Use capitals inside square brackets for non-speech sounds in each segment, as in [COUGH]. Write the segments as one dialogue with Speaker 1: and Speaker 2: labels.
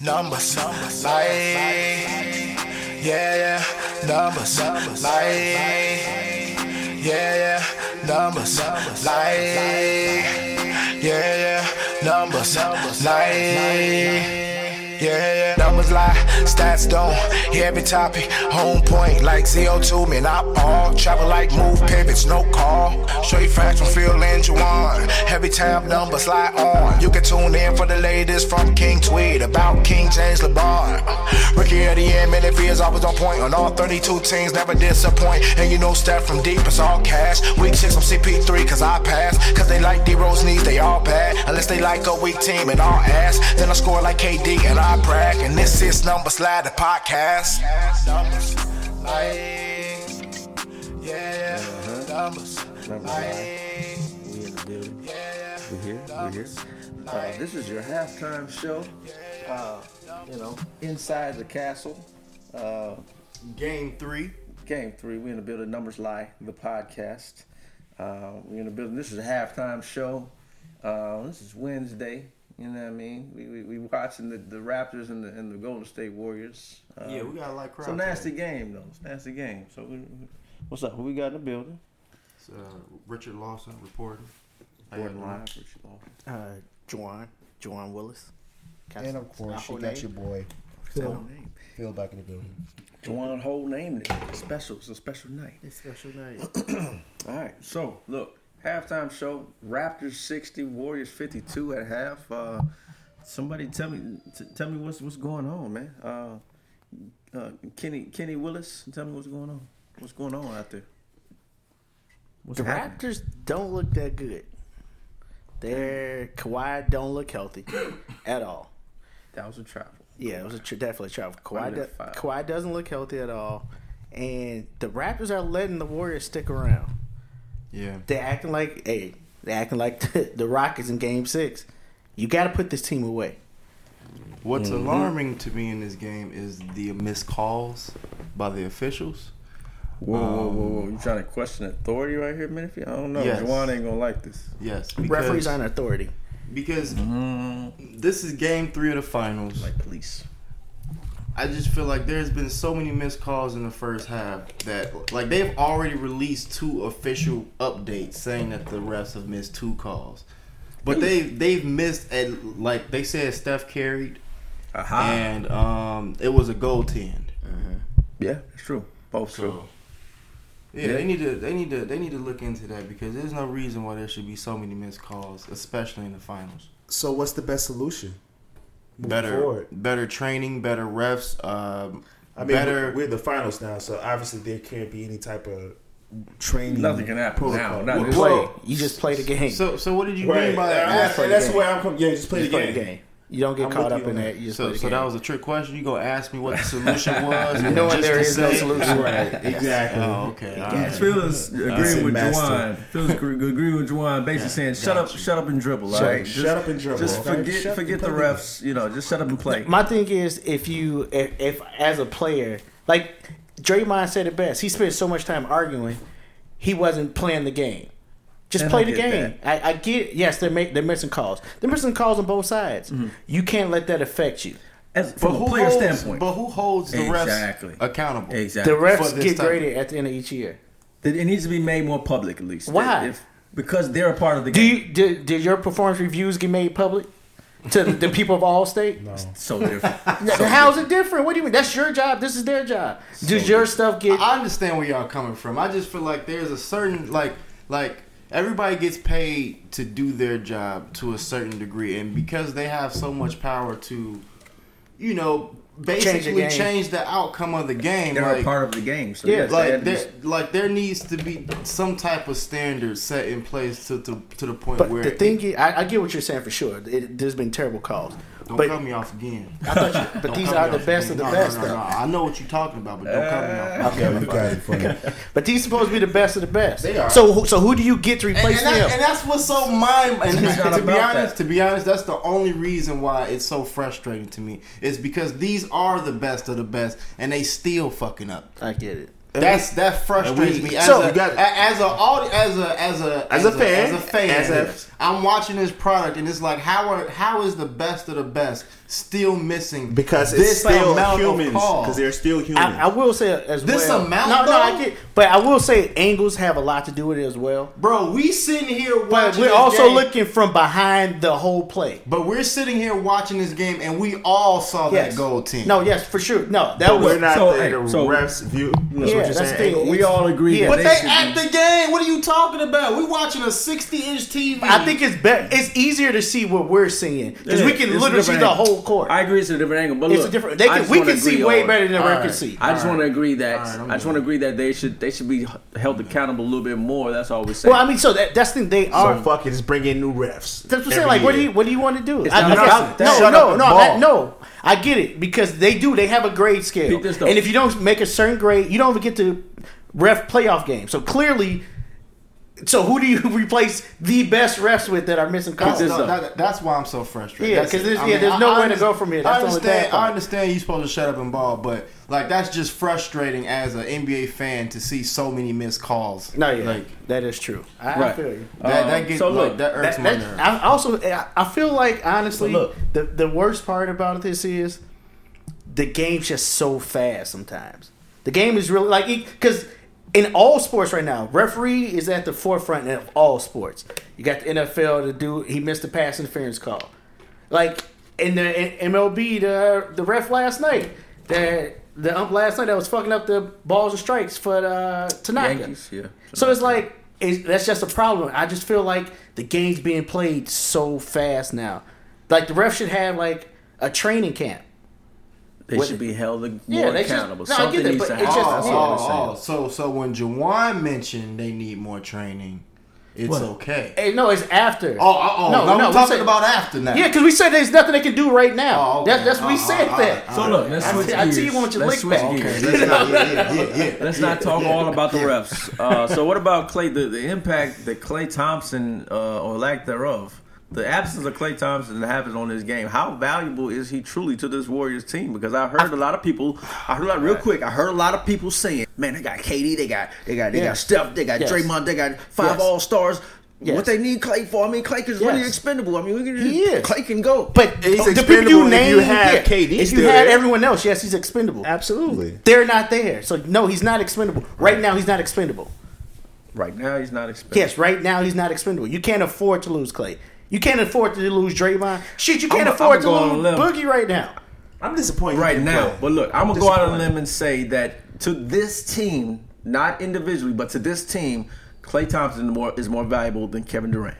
Speaker 1: numbers, like, yeah, yeah, numbers, like, yeah, yeah, numbers, like, yeah, yeah, numbers, like. Yeah, yeah, numbers lie, stats don't. Every topic, home point like zero two. Man, I all travel like move pivots, no call. Straight facts from Phil and Juwan. Every time numbers lie on. You can tune in for the latest from King Tweed about King James LeBron. Ricky at the end, man, if he is always on point. On all 32 teams, never disappoint. And you know, stat from deep, it's all cash. Week six, I'm CP3, cause I pass. Cause they like D Rose knees, they all bad. Unless they like a weak team and all ass. Then I score like KD and I brag. And this is Number Slide, the podcast. Numbers, like, yeah, numbers,
Speaker 2: Numbers
Speaker 1: like,
Speaker 2: We in the building.
Speaker 1: yeah,
Speaker 2: We here. We here. Uh, this is your halftime show. Uh, you know, inside the castle. Uh,
Speaker 3: Game three.
Speaker 2: game three. We in the building. Numbers lie. The podcast. Uh, we in the building. This is a halftime show. Uh, this is Wednesday. You know what I mean? We we, we watching the, the Raptors and the and the Golden State Warriors. Uh,
Speaker 3: Yeah, we got a lot of crowd.
Speaker 2: It's a nasty
Speaker 3: today.
Speaker 2: game though. It's a nasty game. So we, what's up? Who we got in the building?
Speaker 3: It's, uh, Richard Lawson reporting. How y'all
Speaker 2: Gordon
Speaker 3: doing?
Speaker 2: Live. Richard Lawson.
Speaker 4: uh, Juwan, Juwan Willis.
Speaker 5: And of course, you got your boy
Speaker 2: Whole
Speaker 5: Phil.
Speaker 2: name.
Speaker 5: Phil back in the building.
Speaker 2: Juwan whole name. today. Special. It's a special night.
Speaker 4: It's special night.
Speaker 2: All right. So look, halftime show. Raptors sixty, Warriors fifty two at half. Uh, somebody tell me, t- tell me what's what's going on, man. Uh, uh, Kenny Kenny Willis, tell me what's going on. What's going on out there? What's
Speaker 4: [CLEARS THROAT] The
Speaker 2: happening?
Speaker 4: Raptors don't look that good. Their Kawhi don't look healthy at all.
Speaker 2: That was a travel.
Speaker 4: Yeah, it was a tr definitely travel. Kawhi,
Speaker 2: Under
Speaker 4: do-
Speaker 2: five.
Speaker 4: Kawhi doesn't look healthy at all, and the Raptors are letting the Warriors stick around.
Speaker 3: Yeah.
Speaker 4: They're acting like hey, they're acting like [LAUGHS] the, Rockets in Game Six. You got to put this team away.
Speaker 3: What's alarming to me in this game is the missed calls by the officials.
Speaker 2: Whoa, whoa, whoa, whoa! You trying to question authority right here, Menifee? I don't know.
Speaker 3: Yes.
Speaker 2: Juwan ain't gonna like this.
Speaker 3: Yes. Because,
Speaker 4: Referees on authority.
Speaker 3: Because this is game three of the finals.
Speaker 2: Like police.
Speaker 3: I just feel like there's been so many missed calls in the first half that like they've already released two official updates saying that the refs have missed two calls. But they they've missed at like they said Steph carried
Speaker 2: Aha.
Speaker 3: and um it was a goaltend.
Speaker 2: yeah, it's true. Both true.
Speaker 3: So yeah, they need to they need to they need to look into that because there's no reason why there should be so many missed calls, especially in the finals.
Speaker 5: So, what's the best solution? Moving
Speaker 3: Better
Speaker 5: forward.
Speaker 3: better training, better refs, um
Speaker 5: I mean,
Speaker 3: better
Speaker 5: we're, we're in the finals now, so obviously there can't be any type of training.
Speaker 2: Nothing can happen now.
Speaker 5: protocol.
Speaker 2: Not this
Speaker 3: Whoa.
Speaker 2: late.
Speaker 4: You just play the game.
Speaker 3: So so what did you
Speaker 5: Right.
Speaker 3: mean by
Speaker 5: And I-
Speaker 3: that?
Speaker 4: play the
Speaker 5: that's
Speaker 4: game.
Speaker 5: where I'm coming. Yeah, just play
Speaker 4: you
Speaker 5: the
Speaker 4: play
Speaker 5: game.
Speaker 4: the game. You don't get
Speaker 5: I'm
Speaker 4: caught
Speaker 5: with
Speaker 4: up
Speaker 5: you
Speaker 4: in
Speaker 5: on
Speaker 4: that. You just
Speaker 3: So,
Speaker 4: play the
Speaker 3: so
Speaker 4: game.
Speaker 3: that was a trick question. You gonna ask me what the solution was?
Speaker 4: You know what?
Speaker 3: just
Speaker 4: There
Speaker 3: to
Speaker 4: is no
Speaker 3: say-
Speaker 4: solution.
Speaker 5: Right, exactly.
Speaker 3: Oh, okay. all right.
Speaker 2: Phil's agreeing with
Speaker 5: master.
Speaker 2: Juwan. Phil's agree- agreeing with Juwan, basically saying, "Shut up, shut up and dribble." all right?
Speaker 5: up, shut up and dribble,
Speaker 2: Just
Speaker 5: okay?
Speaker 2: forget,
Speaker 5: Shut
Speaker 2: forget
Speaker 5: the
Speaker 2: the
Speaker 5: fuck up."
Speaker 2: refs. You know, just shut up and play.
Speaker 4: My thing is, if you, if, if as a player, like Draymond said it best, he spent so much time arguing, he wasn't playing the game. Just
Speaker 2: And
Speaker 4: play
Speaker 2: I
Speaker 4: the
Speaker 2: get
Speaker 4: game. I, I get. Yes, they're make, they're missing calls. They're missing calls on both sides.
Speaker 2: Mm-hmm.
Speaker 4: You can't let that affect you.
Speaker 2: As,
Speaker 3: But
Speaker 2: from
Speaker 3: who
Speaker 2: a player
Speaker 3: holds,
Speaker 2: standpoint,
Speaker 3: But who holds the
Speaker 2: Exactly.
Speaker 3: refs accountable?
Speaker 2: exactly.
Speaker 4: The
Speaker 3: For
Speaker 4: refs
Speaker 3: this
Speaker 4: get
Speaker 3: type of-
Speaker 4: graded at the end of each year.
Speaker 2: That it needs to be made more public, at least.
Speaker 4: Why?
Speaker 2: If- because they're a part of the
Speaker 4: Do
Speaker 2: game,
Speaker 4: you did, did your performance reviews get made public to the people of all state?
Speaker 5: No.
Speaker 2: so
Speaker 5: [LAUGHS]
Speaker 2: different.
Speaker 4: How's it different? What do you mean? That's your job. This is their job. Does your stuff get?
Speaker 3: I understand where y'all coming from. I just feel like there's a certain like like everybody gets paid to do their job to a certain degree, and because they have so much power to, you know, basically
Speaker 4: game.
Speaker 3: change the, outcome of the game.
Speaker 2: They're a
Speaker 3: like,
Speaker 2: part of the game. So
Speaker 4: Yeah.
Speaker 2: yes, they
Speaker 3: like
Speaker 2: had to be-
Speaker 3: there, like there needs to be some type of standard set in place to to, to the point
Speaker 4: But
Speaker 3: where
Speaker 4: the thing, is, I, I get what you're saying for sure. It, there's been terrible calls,
Speaker 3: don't
Speaker 4: but
Speaker 3: cut me off again.
Speaker 4: I thought you, but
Speaker 3: Don't
Speaker 4: these
Speaker 3: cut
Speaker 4: are
Speaker 3: me
Speaker 4: the
Speaker 3: off
Speaker 4: best of the
Speaker 3: again. No, no,
Speaker 4: best,
Speaker 3: no, no,
Speaker 4: though.
Speaker 3: I know what you're talking about, but don't cut me off.
Speaker 4: Okay,
Speaker 5: Yeah, you got it funny.
Speaker 4: [LAUGHS] but these supposed to be the best of the best.
Speaker 3: They are.
Speaker 4: So, who, so who do you get to
Speaker 3: And,
Speaker 4: replace
Speaker 3: and that-
Speaker 4: them?
Speaker 3: and that's what's so mind. And
Speaker 2: It's not
Speaker 3: to be
Speaker 2: about
Speaker 3: honest,
Speaker 2: that.
Speaker 3: to be honest, that's the only reason why it's so frustrating to me. Is because these are the best of the best, and they still fucking up.
Speaker 4: I get it.
Speaker 3: That's that frustrates me as
Speaker 5: so,
Speaker 3: a
Speaker 5: you got-
Speaker 3: a- as a audi- as a as a
Speaker 5: As a fan,
Speaker 3: as a fan.
Speaker 5: as a-
Speaker 3: I'm watching this product and it's like how are how is the best of the best still missing
Speaker 5: because it's still humans.
Speaker 3: call?
Speaker 5: Because they're still humans.
Speaker 4: I, I will say as
Speaker 3: This
Speaker 4: well.
Speaker 3: amount,
Speaker 4: no, no,
Speaker 3: though?
Speaker 4: I get, but I will say angles have a lot to do with it as well.
Speaker 3: Bro, we sitting here watching.
Speaker 4: But we're
Speaker 3: this
Speaker 4: also
Speaker 3: game,
Speaker 4: looking from behind the whole play.
Speaker 3: But we're sitting here watching this game, and we all saw
Speaker 4: Yes.
Speaker 3: that goal team.
Speaker 4: No, yes, for sure. No, that
Speaker 5: But
Speaker 4: was
Speaker 5: we're not
Speaker 2: So,
Speaker 5: there.
Speaker 2: hey,
Speaker 5: the
Speaker 2: so-
Speaker 5: refs view. That's
Speaker 4: Yeah,
Speaker 5: what you're
Speaker 4: that's
Speaker 5: saying.
Speaker 4: the-
Speaker 2: We all agree that
Speaker 4: Yeah.
Speaker 3: but
Speaker 2: they,
Speaker 3: they,
Speaker 2: should
Speaker 3: at the game. What are you talking about? We watching a sixty-inch TV.
Speaker 4: I think it's better. It's easier to see what we're seeing because we
Speaker 2: Yeah,
Speaker 4: can
Speaker 2: it's a
Speaker 4: literally see
Speaker 2: different
Speaker 4: the
Speaker 2: angle.
Speaker 4: whole court.
Speaker 2: I agree it's a different angle, but
Speaker 4: it's
Speaker 2: look,
Speaker 4: a different. They
Speaker 2: I
Speaker 4: can,
Speaker 2: just
Speaker 4: we
Speaker 2: wanna
Speaker 4: can see
Speaker 2: agree
Speaker 4: way
Speaker 2: on-
Speaker 4: better than the ref can
Speaker 3: Alright.
Speaker 4: see.
Speaker 2: I just want to agree that
Speaker 3: Alright, I'm
Speaker 2: I just want to agree that they should they should be held accountable a little bit more. That's all we're saying.
Speaker 4: Well, I mean, so that, that's the thing. They
Speaker 5: So
Speaker 4: are.
Speaker 5: fuck it, just bring in new refs.
Speaker 4: That's what I'm
Speaker 5: every
Speaker 4: saying. Like, what do
Speaker 5: year.
Speaker 4: you what do you want to do?
Speaker 2: It's
Speaker 4: I, I
Speaker 2: not
Speaker 4: guess-
Speaker 2: about that.
Speaker 4: no,
Speaker 2: Shut
Speaker 4: no,
Speaker 2: up and
Speaker 4: no, I,
Speaker 2: ball.
Speaker 4: no. I get it because they do. They have a grade scale,
Speaker 2: Peep this, though.
Speaker 4: and if you don't make a certain grade, you don't even get to ref playoff games. So clearly, so who do you [LAUGHS] replace the best refs with that are missing calls?
Speaker 3: That's,
Speaker 2: this
Speaker 3: that-
Speaker 2: up.
Speaker 3: that- that's why I'm so frustrated.
Speaker 4: Yeah,
Speaker 3: That's
Speaker 4: 'cause
Speaker 3: it.
Speaker 4: there's- yeah, there's nowhere to go from here. That's
Speaker 3: I
Speaker 4: the only bad
Speaker 3: understand.
Speaker 4: part.
Speaker 3: I understand you're supposed to shut up and ball, but like that's just frustrating as an NBA fan to see so many missed calls.
Speaker 4: No, yeah,
Speaker 3: like
Speaker 4: that is true. I, I
Speaker 2: Right.
Speaker 4: feel you.
Speaker 3: that.
Speaker 2: Um,
Speaker 3: that gets
Speaker 2: so
Speaker 3: like,
Speaker 2: look,
Speaker 3: that irks
Speaker 4: That-
Speaker 3: my
Speaker 4: that-
Speaker 3: nerve.
Speaker 4: I also I- I feel like honestly
Speaker 2: But look.
Speaker 4: the the worst part about this is the game's just so fast sometimes. The game is really like because in all sports right now, referee is at the forefront of all sports. You got the NFL to do he missed the pass interference call, like in the in MLB the the ref last night the the ump last night that was fucking up the balls and strikes for uh, Tanaka.
Speaker 2: Yankees, yeah.
Speaker 4: So it's like it's, that's just a problem. I just feel like the game's being played so fast now. Like the ref should have like a training camp.
Speaker 2: they should be held more
Speaker 4: Yeah, they should-
Speaker 2: accountable.
Speaker 4: no, I get
Speaker 2: Something
Speaker 4: that,
Speaker 2: needs
Speaker 4: but
Speaker 2: to
Speaker 4: it's
Speaker 2: happen.
Speaker 4: just-
Speaker 2: That's
Speaker 4: yeah.
Speaker 2: all
Speaker 3: oh,
Speaker 2: we're saying.
Speaker 3: oh, oh. So, so when Jawan mentioned they need more training, it's okay.
Speaker 4: Eh, no, it's after.
Speaker 3: oh, oh, oh. No,
Speaker 4: we
Speaker 3: we're talking
Speaker 4: said-
Speaker 3: about after now.
Speaker 4: Yeah, because we said there's nothing they can do right now.
Speaker 3: Oh, okay.
Speaker 4: That's that's we
Speaker 3: Oh,
Speaker 4: said
Speaker 3: oh,
Speaker 4: that.
Speaker 3: oh, oh.
Speaker 2: So look, let's
Speaker 4: I
Speaker 2: switch
Speaker 4: see-
Speaker 2: gears.
Speaker 4: I see you want your
Speaker 2: Let's
Speaker 4: lick
Speaker 2: switch
Speaker 4: back.
Speaker 2: gears.
Speaker 3: Okay, let's not- yeah, yeah, yeah, yeah.
Speaker 2: Let's not talk all about the refs. Uh, so, what about Clay? The, the impact that Clay Thompson, uh, or lack thereof, the absence of Clay Thompson happens on this game. How valuable is he truly to this Warriors team? Because I heard a lot of people. I heard a lot real quick. I heard a lot of people saying, "Man, they got KD, they got they got they
Speaker 4: Yeah.
Speaker 2: got Steph, they got
Speaker 4: Yes.
Speaker 2: Draymond, they got five
Speaker 4: Yes.
Speaker 2: All Stars."
Speaker 4: Yes.
Speaker 2: What they need Clay for? I mean, Clay is really
Speaker 4: Yes.
Speaker 2: expendable. I mean, we can,
Speaker 4: He is.
Speaker 2: Clay can go.
Speaker 4: But the
Speaker 5: He's
Speaker 4: people
Speaker 5: expendable
Speaker 4: you
Speaker 5: if
Speaker 4: name,
Speaker 5: you have
Speaker 4: yeah.
Speaker 5: KD
Speaker 4: if you
Speaker 5: still
Speaker 4: had
Speaker 5: there.
Speaker 4: everyone else, yes, he's expendable.
Speaker 5: Absolutely.
Speaker 4: They're not there, so no, he's not expendable. Right now, he's not expendable.
Speaker 2: right now, he's not expendable.
Speaker 4: Yes, right now he's not expendable. You can't afford to lose Clay. You can't afford to lose Draymond. Shit, you can't
Speaker 2: I'ma-
Speaker 4: afford
Speaker 2: I'ma
Speaker 4: to
Speaker 2: go on a
Speaker 4: lose
Speaker 2: limb.
Speaker 4: Boogie right now.
Speaker 5: I'm disappointed.
Speaker 2: right
Speaker 5: in
Speaker 2: now.
Speaker 5: Clay.
Speaker 2: But look, I'm gonna go out on a
Speaker 5: Disappointed.
Speaker 2: limb and say that to this team, not individually, but to this team, Clay Thompson more is more valuable than Kevin Durant.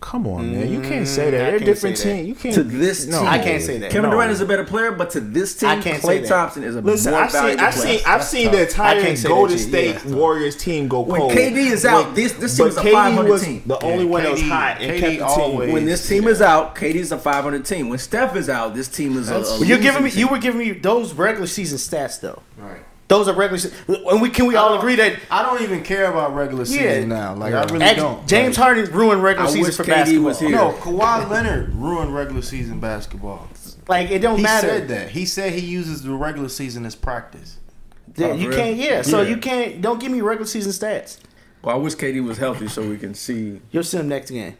Speaker 5: Come on, man. You can't say that.
Speaker 4: I
Speaker 5: They're
Speaker 4: can't
Speaker 5: different
Speaker 4: say that.
Speaker 5: team. You can't.
Speaker 2: To this team,
Speaker 4: I can't say that.
Speaker 2: Kevin
Speaker 5: No.
Speaker 2: Durant is a better player, but to this team,
Speaker 4: I can't say
Speaker 2: Clay
Speaker 4: that.
Speaker 2: Thompson is a
Speaker 5: Listen,
Speaker 2: more
Speaker 5: I've seen,
Speaker 2: valuable
Speaker 5: I've
Speaker 2: player.
Speaker 5: seen, I've seen the
Speaker 4: I
Speaker 5: entire
Speaker 4: can't say that
Speaker 5: Golden
Speaker 4: to you. Yeah,
Speaker 5: State
Speaker 4: that's tough.
Speaker 5: Warriors team go
Speaker 2: When
Speaker 5: cold.
Speaker 2: KD is out, this- this team
Speaker 5: but
Speaker 2: is a
Speaker 5: KD
Speaker 2: 500
Speaker 5: was
Speaker 2: team.
Speaker 5: The only one that was
Speaker 3: KD
Speaker 5: hot and
Speaker 3: KD
Speaker 5: kept the
Speaker 3: always-
Speaker 5: team.
Speaker 2: when this team is out, KD's a 500 team. When Steph is out, this team is a. a
Speaker 4: But you're
Speaker 2: losing
Speaker 4: giving me,
Speaker 2: team.
Speaker 4: you were giving me those regular season stats though.
Speaker 3: Right.
Speaker 4: Those are regular. se- And we can we all agree that
Speaker 3: I don't even care about regular season
Speaker 4: Yeah.
Speaker 3: now. Like I really
Speaker 4: ex-
Speaker 3: don't.
Speaker 4: James
Speaker 3: like,
Speaker 4: Harden ruined regular
Speaker 2: I
Speaker 4: season
Speaker 2: wish
Speaker 4: for
Speaker 2: KD
Speaker 4: basketball.
Speaker 2: was here.
Speaker 3: No, Kawhi Leonard ruined regular season basketball.
Speaker 4: Like it don't
Speaker 3: He
Speaker 4: matter.
Speaker 3: said that. He said he uses the regular season as practice.
Speaker 4: Yeah,
Speaker 2: Oh,
Speaker 4: you
Speaker 2: really?
Speaker 4: can't. Yeah, so
Speaker 2: Yeah.
Speaker 4: you can't. Don't give me regular season stats.
Speaker 2: Well, I wish KD was healthy so we can see.
Speaker 4: You'll see him next game.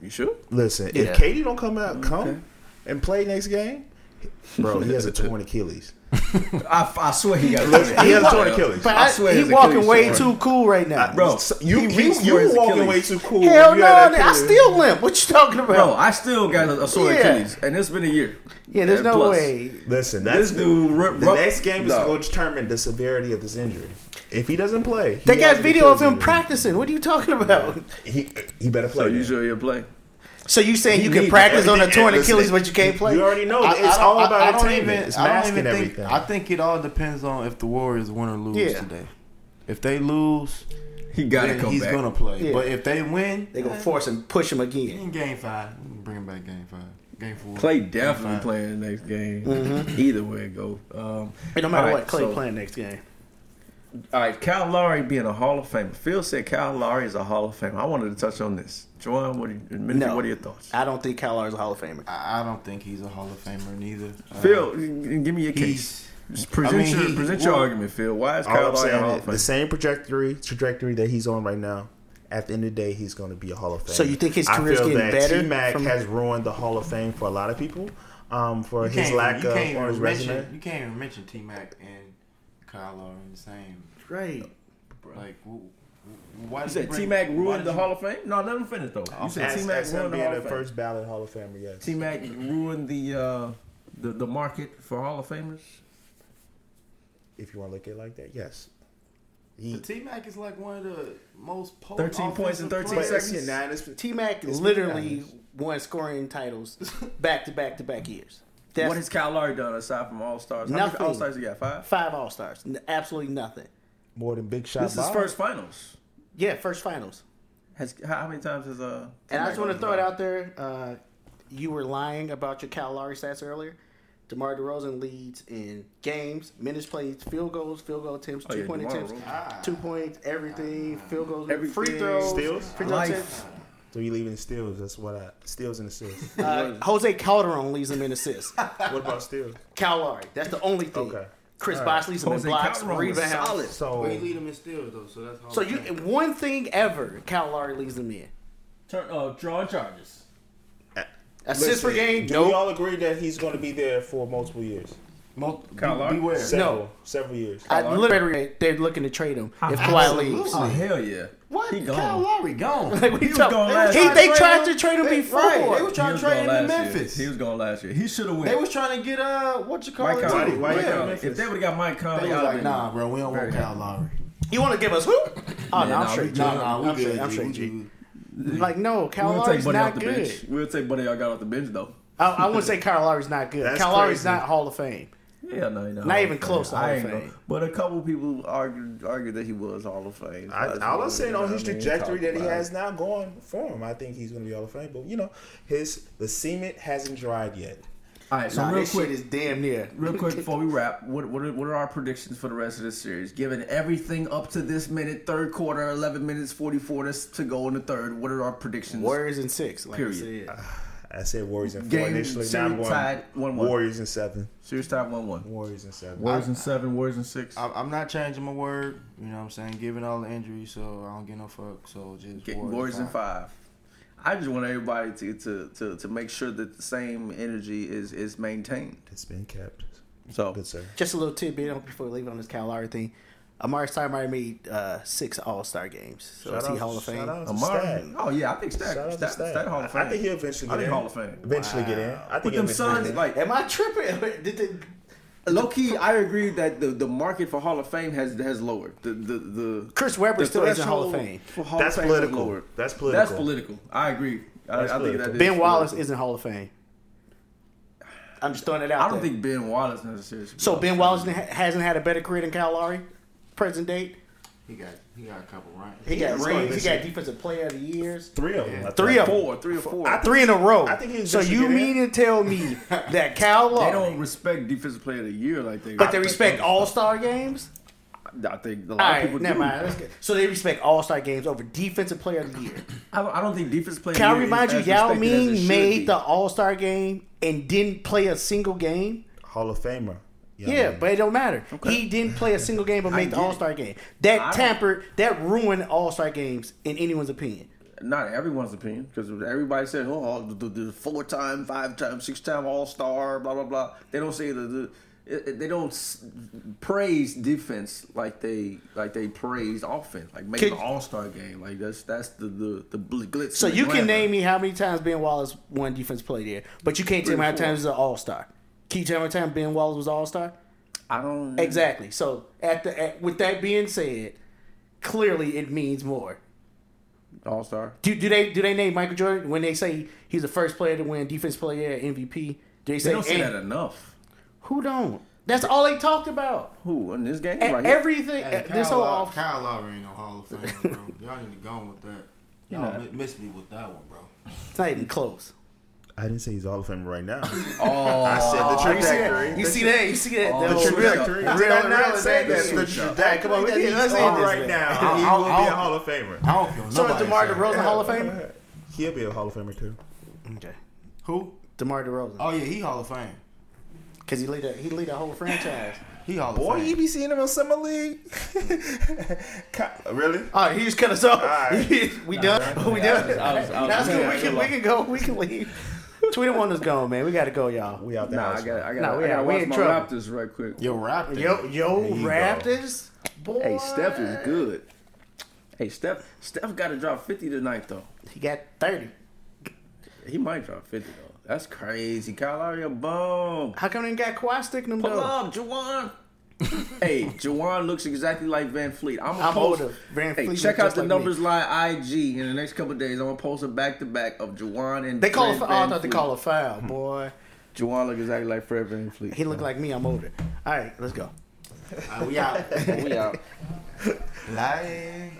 Speaker 2: You sure?
Speaker 5: Listen,
Speaker 4: Yeah.
Speaker 5: if KD don't come out, come and play next game, bro, he has a torn Achilles.
Speaker 2: I, I swear he got.
Speaker 5: He has a torn Achilles.
Speaker 4: But
Speaker 2: I
Speaker 4: I,
Speaker 2: swear
Speaker 4: he
Speaker 2: it's a
Speaker 4: walking
Speaker 2: clean
Speaker 4: way
Speaker 2: story.
Speaker 4: too cool right now,
Speaker 2: Bro,
Speaker 5: So you
Speaker 2: he
Speaker 5: you,
Speaker 2: reached
Speaker 5: you
Speaker 2: for his
Speaker 5: walking
Speaker 2: Achilles.
Speaker 5: way too cool.
Speaker 4: Hell
Speaker 5: You
Speaker 4: no,
Speaker 5: had that
Speaker 4: I
Speaker 5: Achilles.
Speaker 4: still limp. What you talking about?
Speaker 2: Bro, I still got a, a sore
Speaker 4: Yeah.
Speaker 2: Achilles, and it's been a year.
Speaker 4: yeah, there's
Speaker 2: And
Speaker 4: no
Speaker 2: plus,
Speaker 4: way.
Speaker 5: Listen,
Speaker 2: This
Speaker 5: that's
Speaker 2: dude. ru-
Speaker 5: The
Speaker 2: ru-
Speaker 5: next game is
Speaker 2: No.
Speaker 5: going to determine the severity of this injury. If he doesn't play, he
Speaker 4: They
Speaker 5: has
Speaker 4: got
Speaker 5: an
Speaker 4: video of
Speaker 5: Achilles
Speaker 4: him practicing. What are you talking about?
Speaker 5: injury. He he better play.
Speaker 2: So you
Speaker 5: then.
Speaker 2: sure you'll play?
Speaker 4: So you saying you can
Speaker 2: need
Speaker 4: practice
Speaker 2: [LAUGHS]
Speaker 4: on a
Speaker 5: everything-
Speaker 4: torn
Speaker 5: listen,
Speaker 4: Achilles, but you can't play?
Speaker 5: You already know that it's
Speaker 3: don't-
Speaker 5: all about
Speaker 3: I don't
Speaker 5: entertainment.
Speaker 3: even-
Speaker 5: it's
Speaker 3: I don't
Speaker 5: masking
Speaker 3: even think-
Speaker 5: everything.
Speaker 3: I think it all depends on if the Warriors win or lose
Speaker 4: Yeah.
Speaker 3: today. If they lose,
Speaker 2: He gotta
Speaker 3: then
Speaker 2: come
Speaker 3: he's
Speaker 2: back.
Speaker 3: gonna play.
Speaker 4: Yeah.
Speaker 3: But if they win, eh,
Speaker 4: They gonna force him, push him again.
Speaker 3: in game five, we can bring back game five, game four.
Speaker 2: Clay definitely playing the next game. Either way it go. Um,
Speaker 4: It don't
Speaker 2: all
Speaker 4: matter
Speaker 2: right,
Speaker 4: what Clay
Speaker 2: so
Speaker 4: playing next game.
Speaker 2: All right, Kyle Lowry being a Hall of Famer. Phil said Kyle Lowry is a Hall of Famer. I wanted to touch on this. Joanne, what are, you, Minifee,
Speaker 4: No. Uh,
Speaker 2: what are your thoughts?
Speaker 4: I don't think Kyle Lowry's a Hall of Famer.
Speaker 3: I I don't think he's a Hall of Famer neither. Uh,
Speaker 2: Phil, give me your case.
Speaker 3: he's
Speaker 2: Just present
Speaker 3: I mean,
Speaker 2: your,
Speaker 3: he-
Speaker 2: present
Speaker 3: well,
Speaker 2: your argument, Phil. Why is
Speaker 5: All
Speaker 2: Kyle
Speaker 5: I'm
Speaker 2: Lowry a Hall
Speaker 5: saying
Speaker 2: of
Speaker 5: is uh, the
Speaker 2: Famer?
Speaker 5: same trajectory trajectory that he's on right now. At the end of the day, he's going to be a Hall of Fame.
Speaker 4: So you think his career's getting better
Speaker 5: T Mac
Speaker 4: from-
Speaker 5: has ruined the Hall of Fame for a lot of people um, for
Speaker 3: you
Speaker 5: his
Speaker 3: can't-
Speaker 5: lack
Speaker 3: you
Speaker 5: of
Speaker 3: can't
Speaker 5: or his
Speaker 3: even
Speaker 5: resume.
Speaker 3: mention, You can't even mention T Mac and Kyle Lowry in the same.
Speaker 4: Right.
Speaker 3: Like, wh- wh- why
Speaker 2: You
Speaker 3: did
Speaker 2: said
Speaker 3: bring-
Speaker 2: T Mac
Speaker 3: why
Speaker 2: ruined
Speaker 3: did
Speaker 2: the
Speaker 3: you-
Speaker 2: Hall of Fame? No, let him finish, though. You said
Speaker 5: As,
Speaker 2: T Mac
Speaker 5: as him
Speaker 2: ruined the
Speaker 5: being
Speaker 2: Hall
Speaker 5: the
Speaker 2: of Fame.
Speaker 5: first ballot Hall of Famer, yes.
Speaker 2: T Mac ruined the, uh, the, the market for Hall of Famers?
Speaker 5: if you want to look at it like that, yes.
Speaker 3: But T Mac is like one of the most potent
Speaker 2: 13 points in
Speaker 3: offensive
Speaker 2: 13
Speaker 3: players.
Speaker 2: seconds.
Speaker 4: T Mac literally won scoring titles back to back to back years. That's
Speaker 2: what has Kyle Lowry done aside from All Stars? How
Speaker 4: Nothing.
Speaker 2: many All Stars he got? Five?
Speaker 4: five All Stars. Absolutely nothing.
Speaker 5: more than Big Shot.
Speaker 2: This is
Speaker 5: Bob.
Speaker 2: first finals.
Speaker 4: Yeah, first finals.
Speaker 2: Has how, how many times has uh?
Speaker 4: And I just want to
Speaker 2: T-Mac
Speaker 4: throw it out there. Uh, you were lying about your Cal Lowry stats earlier. DeMar DeRozan leads in games, minutes played, field goals, field goal attempts,
Speaker 2: Oh,
Speaker 4: two
Speaker 2: yeah,
Speaker 4: point
Speaker 2: DeMar
Speaker 4: attempts,
Speaker 2: DeRozan.
Speaker 4: two points, everything, field goals, free
Speaker 2: Everything.
Speaker 4: throws,
Speaker 5: Steals?
Speaker 4: free throw
Speaker 2: Life.
Speaker 4: attempts.
Speaker 5: So you leaving steals? That's what I steals and assists.
Speaker 4: Uh, Jose Calderon leads them in [LAUGHS] assists.
Speaker 5: what about steals?
Speaker 4: Cal Lowry. That's the only thing.
Speaker 5: Okay.
Speaker 4: Chris
Speaker 5: All
Speaker 4: right.
Speaker 5: right.
Speaker 4: Bosh leads them in
Speaker 2: Jose
Speaker 4: blocks,
Speaker 2: Calderon was solid.
Speaker 4: rebounds.
Speaker 5: So
Speaker 3: But he lead him in steals though, so that's Hall
Speaker 4: So
Speaker 3: of
Speaker 4: you
Speaker 3: Fame.
Speaker 4: one thing ever Cal Lowry leads them in.
Speaker 2: Turn, uh, drawing charges.
Speaker 4: Assists per
Speaker 5: listen,
Speaker 4: game,
Speaker 5: Do
Speaker 4: no.
Speaker 5: we all agree that he's going to be there for multiple years?
Speaker 3: Mul-
Speaker 2: Kyle
Speaker 3: be-
Speaker 2: Lowry?
Speaker 3: beware.
Speaker 5: Several, several years.
Speaker 4: I literally, they're looking to trade him
Speaker 2: Uh,
Speaker 4: if Kawhi leaves.
Speaker 2: Oh hell yeah!
Speaker 3: What?
Speaker 2: He gone.
Speaker 3: Kyle Lowry gone.
Speaker 4: [LAUGHS] Like, we
Speaker 2: He was
Speaker 4: talk-
Speaker 2: gone last
Speaker 4: he-
Speaker 2: year.
Speaker 4: they tried to trade him before.
Speaker 3: Right. They was
Speaker 2: He
Speaker 3: trying
Speaker 2: was
Speaker 3: to trade
Speaker 2: gone
Speaker 3: him to
Speaker 2: last year.
Speaker 3: Memphis.
Speaker 2: He was gone last year. He should have went.
Speaker 3: They was trying to get uh what you call
Speaker 2: Mike
Speaker 3: it?
Speaker 2: Conley.
Speaker 3: too.
Speaker 5: Why you
Speaker 3: Yeah.
Speaker 5: call
Speaker 2: If they would have got Mike Conley,
Speaker 3: They was
Speaker 2: I'd
Speaker 3: like,
Speaker 2: have
Speaker 3: nah, bro, we don't want Kyle Lowry.
Speaker 4: You want to give us who? Oh no,
Speaker 2: nah,
Speaker 4: I'm straight.
Speaker 2: we
Speaker 4: G.
Speaker 2: good.
Speaker 3: Nah, nah, we
Speaker 4: I'm
Speaker 3: good.
Speaker 4: straight. I'm
Speaker 3: G,
Speaker 4: straight.
Speaker 3: we
Speaker 4: G.
Speaker 3: good.
Speaker 4: Like no, Kyle
Speaker 2: We'll take
Speaker 4: Lowry's
Speaker 2: Buddy off the
Speaker 4: not good.
Speaker 2: bench. We'll take Buddy. I got off the bench though.
Speaker 4: I, I wouldn't say Kyle Lowry's not good.
Speaker 5: That's
Speaker 4: Kyle Lowry's
Speaker 5: crazy.
Speaker 4: not Hall of Fame.
Speaker 2: Yeah, no, no.
Speaker 4: Not even close to Hall
Speaker 2: I
Speaker 4: of
Speaker 2: ain't
Speaker 4: Fame.
Speaker 2: gonna- But a couple people argued argued that he was Hall of Fame.
Speaker 5: I,
Speaker 2: That's
Speaker 5: all
Speaker 2: what
Speaker 5: I'm
Speaker 2: it
Speaker 5: saying
Speaker 2: is,
Speaker 5: on
Speaker 2: I
Speaker 5: his
Speaker 2: mean, we
Speaker 5: trajectory
Speaker 2: talked
Speaker 5: that he
Speaker 2: about it.
Speaker 5: has now going for him, I think he's going to be all of fame. But you know, his the cement hasn't dried yet.
Speaker 2: All right, so
Speaker 4: Nah,
Speaker 2: real
Speaker 4: this
Speaker 2: quick,
Speaker 4: shit is damn near.
Speaker 2: real quick before we
Speaker 5: [LAUGHS]
Speaker 2: wrap, what what are, what are our predictions for the rest of this series? Given everything up to this minute, third quarter, eleven minutes forty four to, to go in the third. What are our predictions?
Speaker 4: Warriors in six. Like
Speaker 2: Period.
Speaker 4: I said.
Speaker 5: I said Warriors in four
Speaker 2: Game
Speaker 5: initially. Now
Speaker 2: series
Speaker 5: I'm going
Speaker 2: tied 1-1.
Speaker 5: Warriors in seven.
Speaker 2: Series time one one.
Speaker 5: Warriors in seven.
Speaker 2: Warriors in seven. Warriors in six.
Speaker 3: I'm I'm not changing my word. You know what I'm saying? Given all the injuries, so I don't give no fuck. So just
Speaker 2: Get
Speaker 3: Warriors
Speaker 2: Warriors in
Speaker 3: fine.
Speaker 2: five. I just want everybody to, to, to, to make sure that the same energy is, is maintained.
Speaker 5: It's been kept.
Speaker 2: So
Speaker 5: Good sir.
Speaker 4: Just a little tidbit on- before we leave on this Kyle Lowry thing. Amari Stoudemire made uh, six All Star games. So is he Hall of Fame?
Speaker 5: Shout out to
Speaker 2: Amari,
Speaker 5: Stat.
Speaker 2: oh yeah, I think
Speaker 5: Shout
Speaker 2: Stack
Speaker 5: out to
Speaker 2: Stack,
Speaker 5: Stat.
Speaker 2: Stack Hall of Fame.
Speaker 5: I think he'll eventually
Speaker 2: I
Speaker 5: get
Speaker 2: think
Speaker 5: in.
Speaker 2: Hall of Fame.
Speaker 5: Eventually get in. I think
Speaker 2: With
Speaker 5: he'll
Speaker 2: them
Speaker 5: eventually
Speaker 2: sons,
Speaker 5: get in.
Speaker 2: like
Speaker 4: Am I tripping? [LAUGHS] Did the,
Speaker 2: low key, I agree that the, the market for Hall of Fame has has lowered. The the, the
Speaker 4: Chris Webber
Speaker 2: the
Speaker 4: still isn't Hall of
Speaker 2: threshold
Speaker 4: Fame.
Speaker 2: for Hall
Speaker 5: That's
Speaker 2: of Fame has
Speaker 5: political.
Speaker 2: lowered.
Speaker 5: That's political.
Speaker 2: That's political. I agree. I,
Speaker 5: That's
Speaker 2: I think that
Speaker 5: political.
Speaker 2: is
Speaker 4: Ben Wallace
Speaker 2: political.
Speaker 4: isn't Hall of Fame. I'm just throwing it out.
Speaker 2: I don't
Speaker 4: there.
Speaker 2: think Ben Wallace necessarily. should be
Speaker 4: so.
Speaker 2: Hall of
Speaker 4: Ben
Speaker 2: Fame.
Speaker 4: Wallace ha- hasn't had a better career than Kyle Lowry, present date.
Speaker 3: He got he got a couple right.
Speaker 4: He got
Speaker 5: scored
Speaker 4: rings. He
Speaker 5: this
Speaker 4: got defensive player of the years.
Speaker 5: Three of them. I
Speaker 4: Three
Speaker 5: think.
Speaker 4: of them.
Speaker 2: four, three or four.
Speaker 4: Three in a row.
Speaker 5: I think he was
Speaker 4: so
Speaker 5: just
Speaker 4: you
Speaker 5: to get in.
Speaker 4: mean to tell
Speaker 5: [LAUGHS]
Speaker 4: me that Kyle
Speaker 2: they
Speaker 4: Lowry,
Speaker 2: don't respect Defensive Player of the Year like they.
Speaker 4: but they respect All Star games?
Speaker 2: I think a lot
Speaker 4: All
Speaker 2: of
Speaker 4: right,
Speaker 2: people
Speaker 4: never
Speaker 2: do.
Speaker 4: mind. Let's get- so they respect All Star games over defensive player of the year.
Speaker 2: I don't, I don't think Defensive Player. of the
Speaker 4: Can I
Speaker 2: Year is
Speaker 4: remind you,
Speaker 2: as
Speaker 4: Yao
Speaker 2: respected as it
Speaker 4: Ming
Speaker 2: should
Speaker 4: made
Speaker 2: be.
Speaker 4: the All Star game and didn't play a single game?
Speaker 5: Hall of Famer. Young
Speaker 4: Yeah,
Speaker 5: man.
Speaker 4: but it don't matter. He didn't play a single game but made the
Speaker 2: get it.
Speaker 4: All Star game.
Speaker 2: [LAUGHS] I
Speaker 4: That
Speaker 2: don't-
Speaker 4: tampered, that ruined All Star games in anyone's opinion.
Speaker 2: not everyone's opinion because everybody said, oh, the, the, the four time, five time, six time All Star, blah blah blah. They don't say the, the it, it- they don't s- praise defense like they like they praise offense, like making
Speaker 4: Could-
Speaker 2: an All Star game. Like that's that's the the, the bl- glitz.
Speaker 4: So
Speaker 2: and
Speaker 4: you can
Speaker 2: glamour.
Speaker 4: name me how many times Ben Wallace won defense play there, but you can't tell me how many
Speaker 2: Three or
Speaker 4: times he's an All Star. Can you tell me how many times Ben Wallace was All Star?
Speaker 2: I don't
Speaker 4: Exactly. So at the at, with that being said, clearly it means more.
Speaker 2: All Star.
Speaker 4: Do, do they do they name Michael Jordan when they say he's the first player to win defense player MVP? Do they say,
Speaker 2: They don't say
Speaker 4: and-
Speaker 2: that enough.
Speaker 4: who don't? That's all they talked about.
Speaker 2: Who in this game?
Speaker 4: And
Speaker 2: Right here?
Speaker 4: everything
Speaker 3: Hey, Kyle,
Speaker 4: this whole
Speaker 3: Lowry,
Speaker 4: off
Speaker 3: Kyle Lowry ain't no Hall of Fame, bro. Y'all need to go on with that. Y'all mi- miss me with that one, bro.
Speaker 4: It's not even close.
Speaker 5: I didn't say he's all of him right now.
Speaker 2: [LAUGHS] Oh,
Speaker 5: I said the
Speaker 4: You see
Speaker 5: trajectory.
Speaker 4: that? You see that? You see that?
Speaker 2: Oh,
Speaker 4: that
Speaker 2: the
Speaker 4: whole-
Speaker 2: trajectory.
Speaker 5: I did
Speaker 4: Real-
Speaker 5: not say that.
Speaker 2: the
Speaker 5: The
Speaker 2: trajectory.
Speaker 5: trajectory. Come on, we did not say
Speaker 4: All
Speaker 5: this
Speaker 4: right
Speaker 5: right
Speaker 4: now.
Speaker 5: now. [LAUGHS] He
Speaker 4: I'll-
Speaker 5: will be
Speaker 4: I'll-
Speaker 5: a Hall of Famer.
Speaker 4: I don't feel
Speaker 3: So is
Speaker 4: nobody.
Speaker 3: DeMar
Speaker 4: DeMar DeRozan Hall of Famer?
Speaker 5: He'll be a Hall of Famer too.
Speaker 4: Okay.
Speaker 3: Who?
Speaker 4: DeMar DeRozan.
Speaker 3: Oh yeah, he Hall of Fame.
Speaker 4: Because he lead a, he lead a whole franchise.
Speaker 3: He Hall of
Speaker 5: Boy,
Speaker 3: Fame.
Speaker 5: you be seeing him in summer league. [LAUGHS] Co- really?
Speaker 4: All right, he just cut us off.
Speaker 5: right.
Speaker 4: [LAUGHS] we done. we done.
Speaker 2: I was- I was-
Speaker 4: That's
Speaker 2: yeah,
Speaker 4: good.
Speaker 2: I
Speaker 4: We can,
Speaker 2: was-
Speaker 4: we can go. We can leave. Tweet him on this going, man. We got to go, y'all.
Speaker 5: We out there.
Speaker 2: Nah, I
Speaker 5: also.
Speaker 2: got, I got,
Speaker 4: Nah, we
Speaker 2: I got
Speaker 4: out.
Speaker 2: to
Speaker 4: We
Speaker 2: watch
Speaker 4: in
Speaker 2: my
Speaker 4: trouble.
Speaker 2: Raptors right quick.
Speaker 3: Yo, Raptor.
Speaker 4: Yo, yo,
Speaker 3: There you go.
Speaker 4: Raptors. Boy.
Speaker 2: Hey, Steph is good. Hey, Steph, Steph got to drop 50 tonight, though.
Speaker 4: He got 30.
Speaker 2: He might drop 50, though. That's crazy. Kyle Lowry a bum.
Speaker 4: How come they ain't got Kawhi sticking them,
Speaker 2: Pull
Speaker 4: though?
Speaker 2: up, [LAUGHS] Jawan. hey, Jawan looks exactly like Van Fleet. I'm gonna
Speaker 4: I'm
Speaker 2: post.
Speaker 4: older. Van
Speaker 2: hey,
Speaker 4: Fleet
Speaker 2: check
Speaker 4: look
Speaker 2: out
Speaker 4: just
Speaker 2: the
Speaker 4: like
Speaker 2: numbers line IG in the next couple of days. I'm gonna post a back to back of Jawan and
Speaker 4: They call it.
Speaker 2: Fred
Speaker 4: Oh, I
Speaker 2: Van
Speaker 4: thought they
Speaker 2: Fleet.
Speaker 4: call it foul,
Speaker 2: Hmm.
Speaker 4: boy.
Speaker 2: Juwan look exactly like Fred Van Fleet.
Speaker 4: He looked like me. I'm older. All right, let's go.
Speaker 3: Ah, we out.
Speaker 2: [LAUGHS] we out.
Speaker 3: Lying.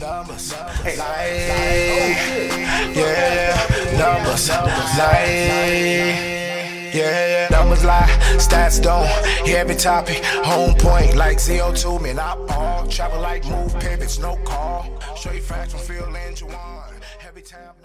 Speaker 1: Numbers, like, yeah, yeah, numbers, like, yeah, yeah, numbers lie, stats don't. Heavy topic, home point like zero two. Man, I ball, travel like move pivots, no call. Straight facts from Phil and Juwan. Every time.